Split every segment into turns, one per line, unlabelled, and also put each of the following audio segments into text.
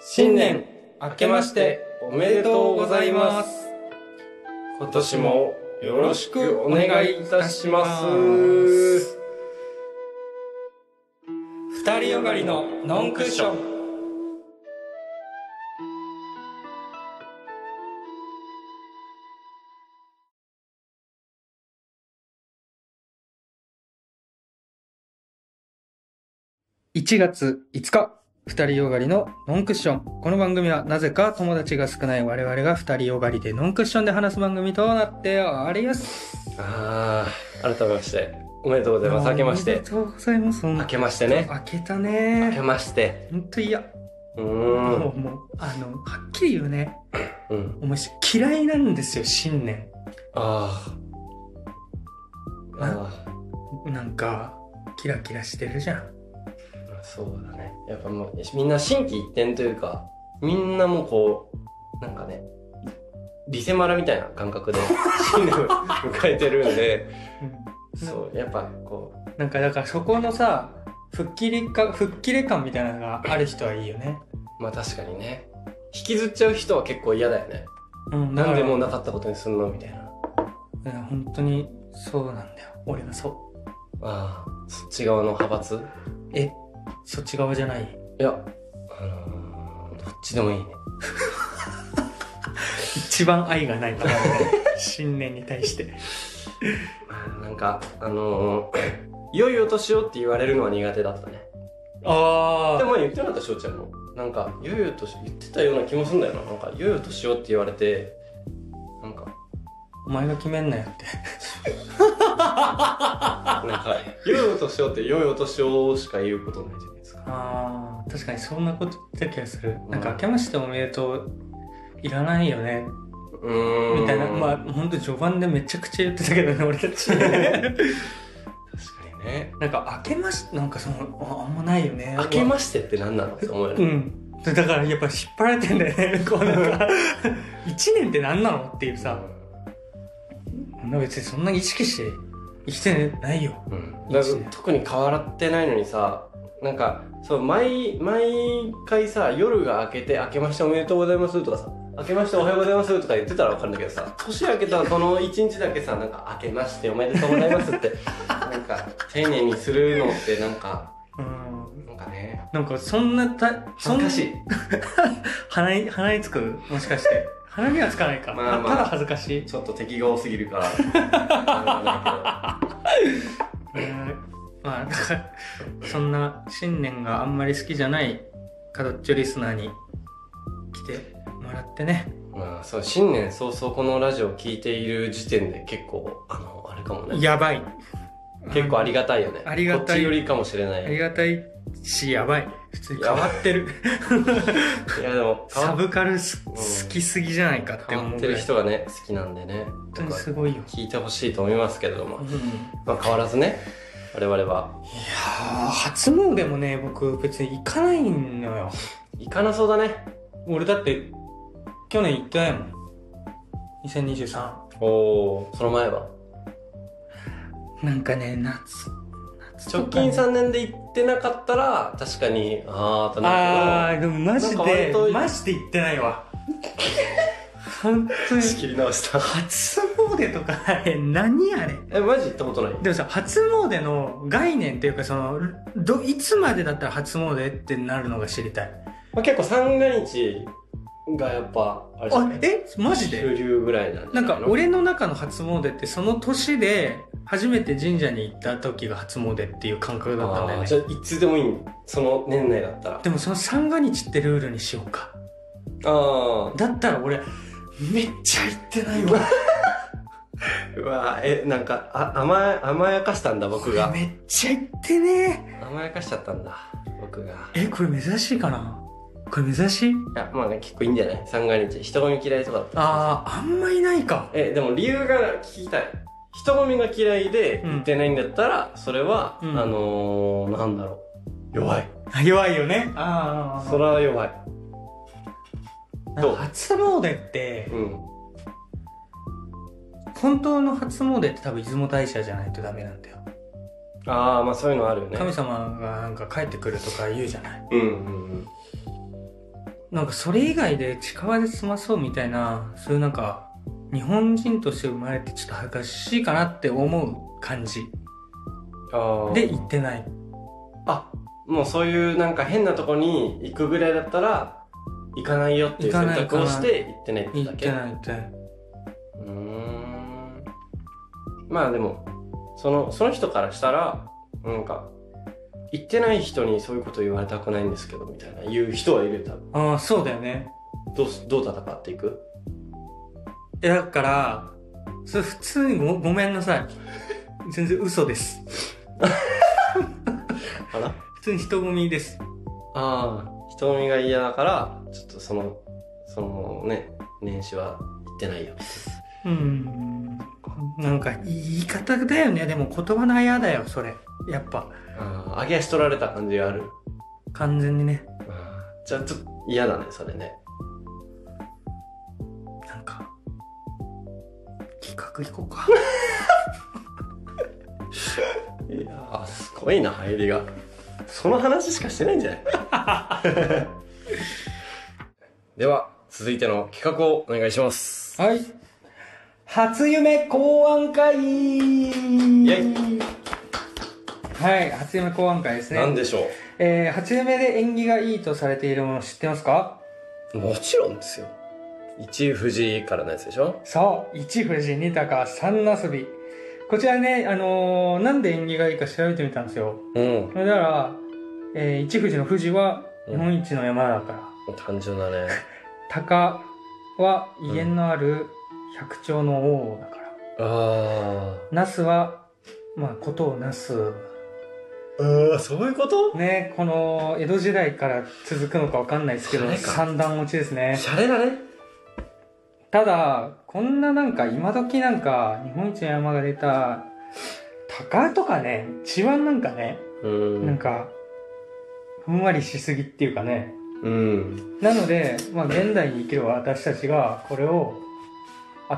新年明けましておめでとうございます今年もよろしくお願いいたします二人よがりのノンクッション
1月5日、二人よがりのノンクッション。この番組はなぜか友達が少ない我々が二人よがりでノンクッションで話す番組となっております。
ああ改めましておめでとうございます明けまし
おめ
て
でとうございます。
明
明
けましてね
明けた
明け
ね。
まして
ほんと嫌。
う
も
ーん
う、もう、あの、はっきり言うね。
うん、
もうし嫌いなんですよ、新年。
あーあ
なんか、キラキラしてるじゃん。
ーそうだねやっぱもうみんな心機一転というかみんなもうこうなんかねリセマラみたいな感覚で 新年を迎えてるんでそうやっぱこう
なんか、だからそこのさ、吹っ切れか、吹っ切れ感みたいなのがある人はいいよね。
まあ確かにね引きずっちゃう人は結構嫌だよね
うん、だ
な
か
ん
ら
でもうなかったことにすんのみたいな
うん本当にそうなんだよ俺はそ
ああそっち側の派閥
うえそっち側じゃない
いやあのーどっちでもいいね
一番愛がないから ね新年に対して
なんかあのー 良いお年をって言われるのは苦手だったね
あ
でも言ってなかった翔ちゃんもなんか「ゆうゆうとし」言ってたような気もするんだよななんか「ゆうゆうとしよう」って言われてなんか
お前が決めんなよって
なんか「ゆうゆうとしよう」って「よいお年を」しか言うことないじゃないですか
あー確かにそんなこと言った気がするなんか「明けましておめでとう」いらないよね
うーん
みたいなまあほんと序盤でめちゃくちゃ言ってたけどね俺たち
確かにね
なんか「明けまし」なんかそのああんまないよね
「明けまして」って何なのって思うよ
う
ね
ん。だからやっぱ引っ張られてんだよね。こうなんか、 一年って何なのっていうさ、そんな別にそんな意識して生きてないよ。
うんだから特に変わってないのにさなんかそう毎毎回さ夜が明けて「明けましておめでとうございます」とかさ「明けましておはようございます」とか言ってたら分かるんだけどさ年明けたこの一日だけさ「なんか明けましておめでとうございます」ってなんか丁寧にするのってなんか
うん。
なんかね
なんかそんなた、そ
恥ず
んな
かしい
鼻に、鼻につくもしかして。鼻にはつかないか。
まあまあ
ただ恥ずかしい。
ちょっと敵が多すぎるからあ
うんまあ、だから、そんな信念があんまり好きじゃないカドッチョリスナーに来てもらって
れだ
ね。
けどまあそう新年早々このラジオを聞いている時点で結構あのあれかもね
やばい。
結構ありがたいよね
ありがたい
こっちよりかもしれない
ありがたいし、やばい。普通に変わってる。
いやでも変
サ
わ
ブカルす好きすぎじゃないかって
変
思
わ
う
っ
ぐ
て
ら
る
い
人がね好きなんでね
本当にすごいよ。
聞いてほしいと思いますけれど
う
も
ん、い、
まあ、変わらずね我々は
やー初詣もね僕別に行かないのよ
行かなそうだね
俺だって去年行ってないもん2023
おおその前は
なんかね夏夏
直
とか
近3年で行ってなかったら確かにああとな
あ
る
ーでもマジ
なんか割
で
と
マジで行ってないわ 本当
けど
に
仕切り直した
初詣とかあれ何あれ
えマジ行ったことない
でもさ初詣の概念っていうかそのどいつまでだったら初詣ってなるのが知りたい
まあ、結構三が日がやっぱあれじゃ
あ
ない
えマジで
主流ぐらいなんじ
な
ゃ
ん
ない
か
の
俺の中の初詣ってその年で初めて神社に行った時が初�詣っていう感覚だったんだよ
あー
ね
じゃあいつでもいいその年内だったら
でもその三が日ってルールにしようか
ああ
だったら俺めっちゃ行ってないわ
うわーえなんかあ甘や甘やかしたんだ僕が
めっちゃ行ってね
甘やかしちゃったんだ僕が
えこれ珍しいかなこれ珍しい
いやまあね結構いいんじゃない三が日人混み嫌いとかだったあ
あああんまいないか
えでも理由が聞きたい人混みが嫌いで
うん
行ってないんだったら、それは、
うん
あのー、なんだろう弱い
あ弱いよねあ
それは弱い
あ
どう
初詣って
うん
本当の初詣って多分出雲大社じゃないとダメなんだよ
ああまあそういうのあるよね
神様がなんか帰ってくるとか言うじゃない
うんうんうん
なんかそれ以外で近場で済まそうみたいな、そういうなんか、日本人として生まれてちょっと恥ずかしいかなって思う感じ
あー
で行ってない。
あもうそういうなんか変なとこに行くぐらいだったら行かないよっていう
行か
選
ない
択をして行ってないって
行
だ
っ
け
てない行ってない。
うーんまあでもそのその人からしたらなんか行ってない人にそういうこと言われたくないんですけどみたいな言う人はいるよ多分
ああ、そうだよね。
どうすどう戦っていく
いやだから、それ普通にごごめんなさい。全然嘘です。
かな
普通に人混みです。
ああ人混みが嫌だからちょっとそのそのね年始は行ってないよ
うん。なんか言い方だよね。でも言葉のあやだよ、それ。やっぱ、
ああ揚げ足取られた感じがある
完全にね。
あーじゃあちょっと嫌だねそれね
なんか、企画行こうか。
いやーすごいな入りがその話しかしてないんじゃない では続いての企画をお願いします
はい。初夢考案会
ェ
はい、初夢考案会です
何
ね。
でしょ
えー、初夢で縁起がいいとされているもの知ってますか
うもちろんですよ一藤井からのやつでしょ
そう、一富士、二鷹、三なすび。こちらね、あのーなんで縁起がいいか調べてみたんですよ。
うん
それなら、えー、一富士の富士は日本一の山だから、
単純だね
鷹は威厳のある百鳥の王だから。
あ
ナスは、まあ、ことをなす。
ーうーそういうこと
ね、この、江戸時代から続くのかわかんないですけ
そ
ど、
れか
三段落ちですね。
シャレだね
ただ、こんななんか、今時なんか、日本一の山が出た、鷹とかね、一番なんかね、
うん
なんか、ふんわりしすぎっていうかね。
うん
なので、まあ、現代に生きる私たちが、これを、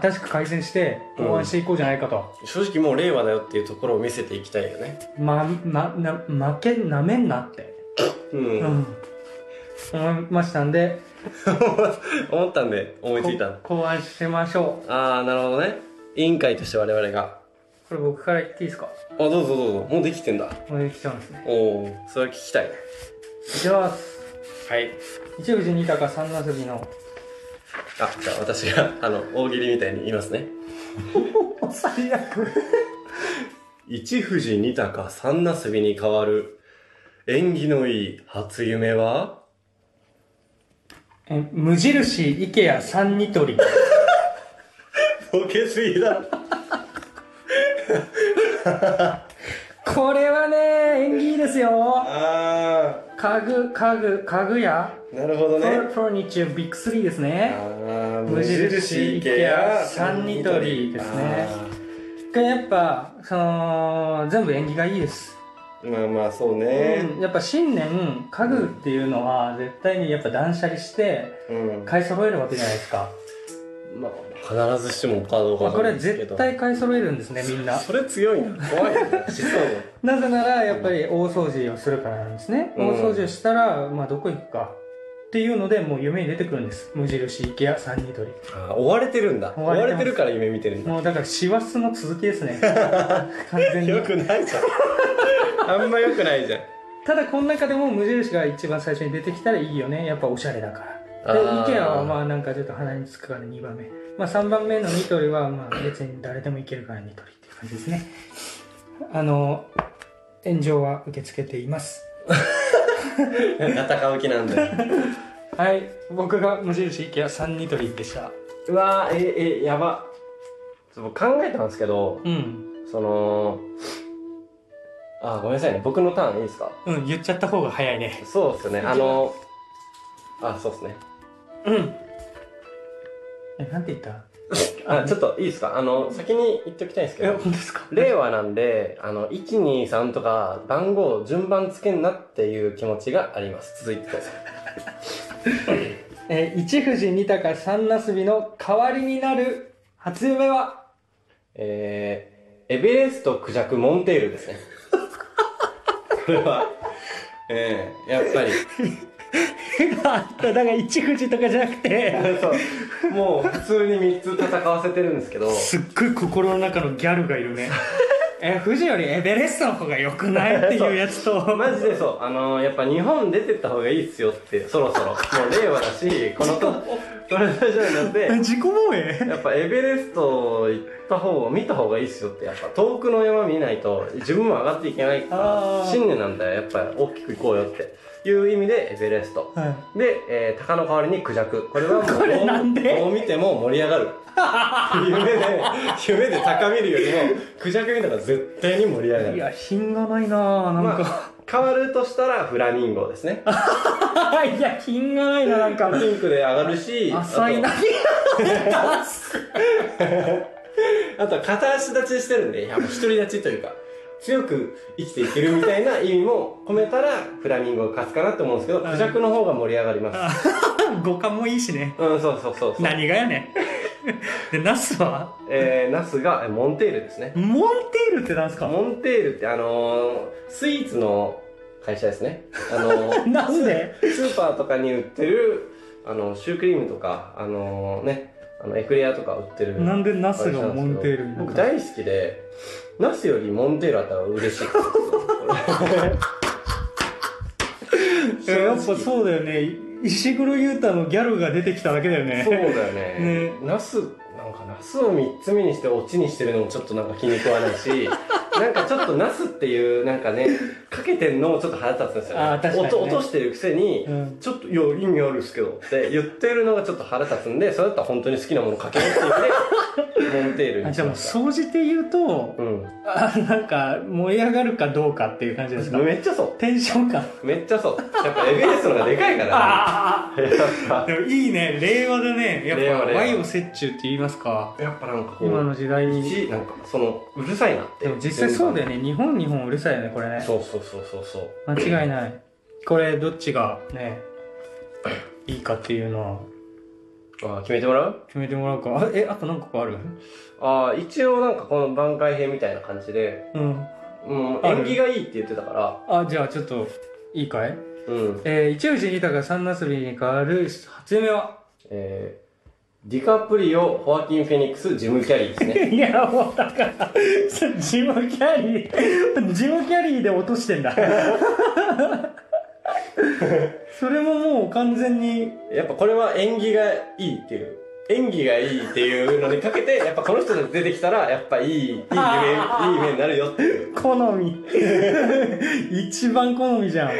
新しく改善して、考案していこうじゃないかと。
正直もう令和だよっていうところを見せていきたいよね
ま、ま、な、負け、なめんなって。
うん、
うん、思いましたんで
思ったんで思いついたの
こ考案しましょう
ああなるほどね委員会として我々が
これ僕から言っていいですか
あどうぞどうぞもうできてんだ
もうできちゃうんですね
おおそれは聞きたい
いきます
はい
一富士二鷹三なすびの
あじゃあ私があの大喜利みたいに言いますね
最悪
一富士二鷹三なすびに変わる縁起のいい初夢は
え無印イケア三 ニトリ
ボケすぎだ
これはね縁起いいですよ
あ
家具家具家具屋
ーなるほど
フ
ね
ォルフォルニチュービッグスリーです
あ
ね
ー
無印 IKEA サンニトリですねこれやっぱその全部縁起がいいです
あーまあまあそうね
うんやっぱ新年家具っていうのは絶対にやっぱ断捨離して
うん、
買い揃えるわけじゃないですか、
まあ必ずしもカード
ま
が
あ、これは絶対買い揃えるんですねみんな
それ強いな怖い なしそうだ
なぜならやっぱり大掃除をするからなんですね、
うん
大掃除をしたら、まあ、どこ行くかっていうのでもう夢に出てくるんです無印池や三ニトリ
あー追われてるんだ追
追
わ
われてます
れてるから夢見てるんだ
もうだから師走の続き ですね完全に
よくないじ ゃんあんまよくないじゃん
ただこの中でも無印が一番最初に出てきたらいいよねやっぱおしゃれだからで
あー
IKEA はまあなんかちょっと鼻につくから2番目、まあ、3番目のニトリはまあ別に誰でもいけるからニトリっていう感じですねあの炎上は受け付けています
ガタカウキなんだよ
はい僕が無印 IKEA3 ニトリでした
うわーええやばちょっと僕考えたんですけど
うん
そのあーごめんなさいね僕のターンいいですか
うん言っちゃった方が早いね
そうっすねあのあそうっすね
うんえなんて言った
あちょっといいですかあの先に言っておきたいんですけ
え
ど
本当ですか
令和なんであの123とか番号を順番つけんなっていう気持ちがあります続いてどうぞ
えー一富士二鷹三なすびの代わりになる初夢は
えー、エベレストクジャクモンテールですね。これは、えー、やっぱり、
があった だから一富士とかじゃなくて
そうもう普通に3つ戦わせてるんですけど
すっごい心の中のギャルがいるね え富士よりエベレストの方が良くないっていうやつと
マジでそうあのーやっぱ日本出てった方がいいっすよってそろそろもう令和だしこのとこの年代なんで
え自己防衛
やっぱエベレスト行った方見た方がいいっすよってやっぱ遠くの山見ないと自分も上がっていけないか
あ
ら
ー
信念なんだよやっぱ大きく行こうよっていう意味でエベレスト
はい
で、えー、鷹の代わりにクジャクこれはもう
これ
どう
なんで
どう見ても盛り上が る夢で夢で鷹見るよりもクジャク見たら絶対に盛り上が
い
る
や品がないなぁなんか、
変わるとしたらフラミンゴですね
いや品がないななんか
ピンクで上がるし
浅いな
あとあとは片足立ちしてるんでいやもう独り立ちというか強く生きていけるみたいな意味も込めたらフラミンゴが勝つかなと思うんですけどクジャクの方が盛り上がります
五感もいいしね
うんそうそうそうそう
何がやねんでナスは
えー、ナスがえモンテールですね
モンテールってなんすか
モンテールってあのースイーツの会社ですね。あのー
なんで
ススーパーとかに売ってるあのシュークリームとかあのーねあのエクレアとか売ってる。
なんでナスがモンテールにな
僕
る
大好きでナスよりモンテールあったら嬉 しい。
いややっぱそうだよね石黒裕太のギャルが出てきただけだよね
そうだよね
ね。
ナスなんかナスを三つ目にしてオチにしてるのもちょっとなんか気に食わない し、なんかちょっとナスっていうなんかねかけてんのもちょっと腹立つんですよね。
あー確かにね
落と落としてるくせに。
うん
ちょっと、いや、意味あるっすけどって言ってるのがちょっと腹立つんで、それだったら本当に好きなものかけようって言 って、モンテール
あ
に
じ
し
ゃあも
ま
う
した。
総じて言うと
うん。
あなんか盛り上がるかどうかっていう感じですか
めっちゃそ
テンション感
う。めっちゃそう。やっぱエベレストの方がでかいから
あ
ね。やっ
あ
ぱ、
でもいいね令和だねや
令
っ
和
ぱ
令和
和洋折衷って言いますか
やっぱなんかこ
今
う、
の時代に
一なんかその、うるさいなって。
でも実際そうだよね日本日本うるさいよねこれね
そうそうそうそうそう。
間違いないこれどっちがねいいかっていうのは
あー決めてもらう
決めてもらうかあえあと何個かある
ああ、一応なんかこの番外編みたいな感じで、
うん
うん、
ある
縁起がいいって言ってたから、
あじゃあちょっといいかい
うん。
えー、一藤二鷹三なすびに変わる初夢は
えー、ディカプリオ、ホアキン・フェニックス、ジム・キャリーですね。
いやもうだからジムキャリージムキャリーで落として んだそれももう完全に
やっぱこれは縁起がいいっていう。演技がいいっていうのにかけて、やっぱこの人が出てきたら、やっぱいい、いい夢、いい夢になるよっていう。
好 み一番好みじゃん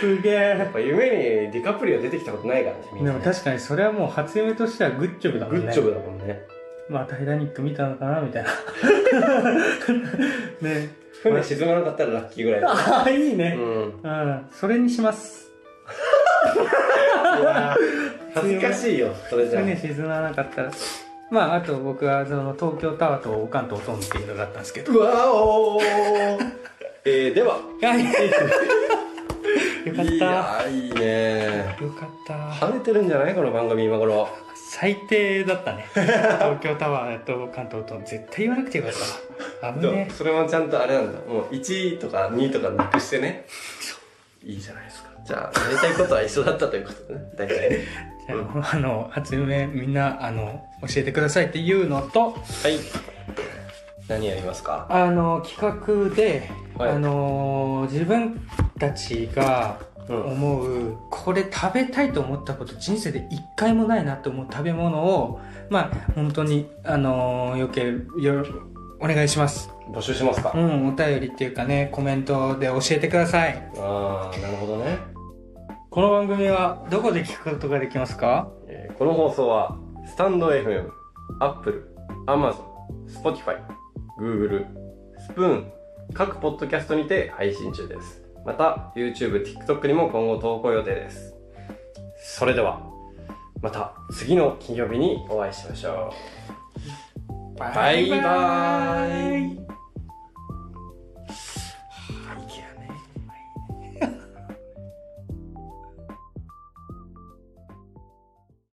すげ
や
え
っぱ夢にディカプリオ出てきたことないからね、みん
で
な
も
ね。
確かにそれはもう初夢としてはグッジョブだも
グ
んね
ッジョブだもんね。
まあタイタニック見たのかなみたいな ね
船沈まなかったらラッキーぐらいだ。
ああ いいうね
ん。
うんそれにします
いやー恥ずかしいよ、それじゃあ。
船沈まなかったらまああと僕はその東京タワーとオカンとオトンっていうのがあったんですけど
うわおーえー、では。
はいよかっ
い
た
やー、いいね
よかった
跳ねてるんじゃないこの番組今頃。
最低だったね東京タワーとオカンとオトン絶対言わなくてよかった危ね
それもちゃんとあれなんだもう1とか2とかなくしてねいいじゃないですかじゃあやりたいことは一緒だったということね大体ね
えじゃああの初夢みんなあの教えてくださいっていうのと
はい何やりますか
あの企画で、
はい
あの自分たちが
うん
思うこれ食べたいと思ったこと人生で一回もないなと思う食べ物をまあ本当にあのー、よけよお願いします
募集しますか、
うんお便りっていうかねコメントで教えてください
ああなるほどね、
この番組はどこで聞くことができますか
えーこの放送はスタンド FM アップルアマゾンスポティファイグーグルスプーン各ポッドキャストにて配信中ですまた YouTubeTikTok にも今後投稿予定ですそれではまた次の金曜日にお会いしましょうバイバーイ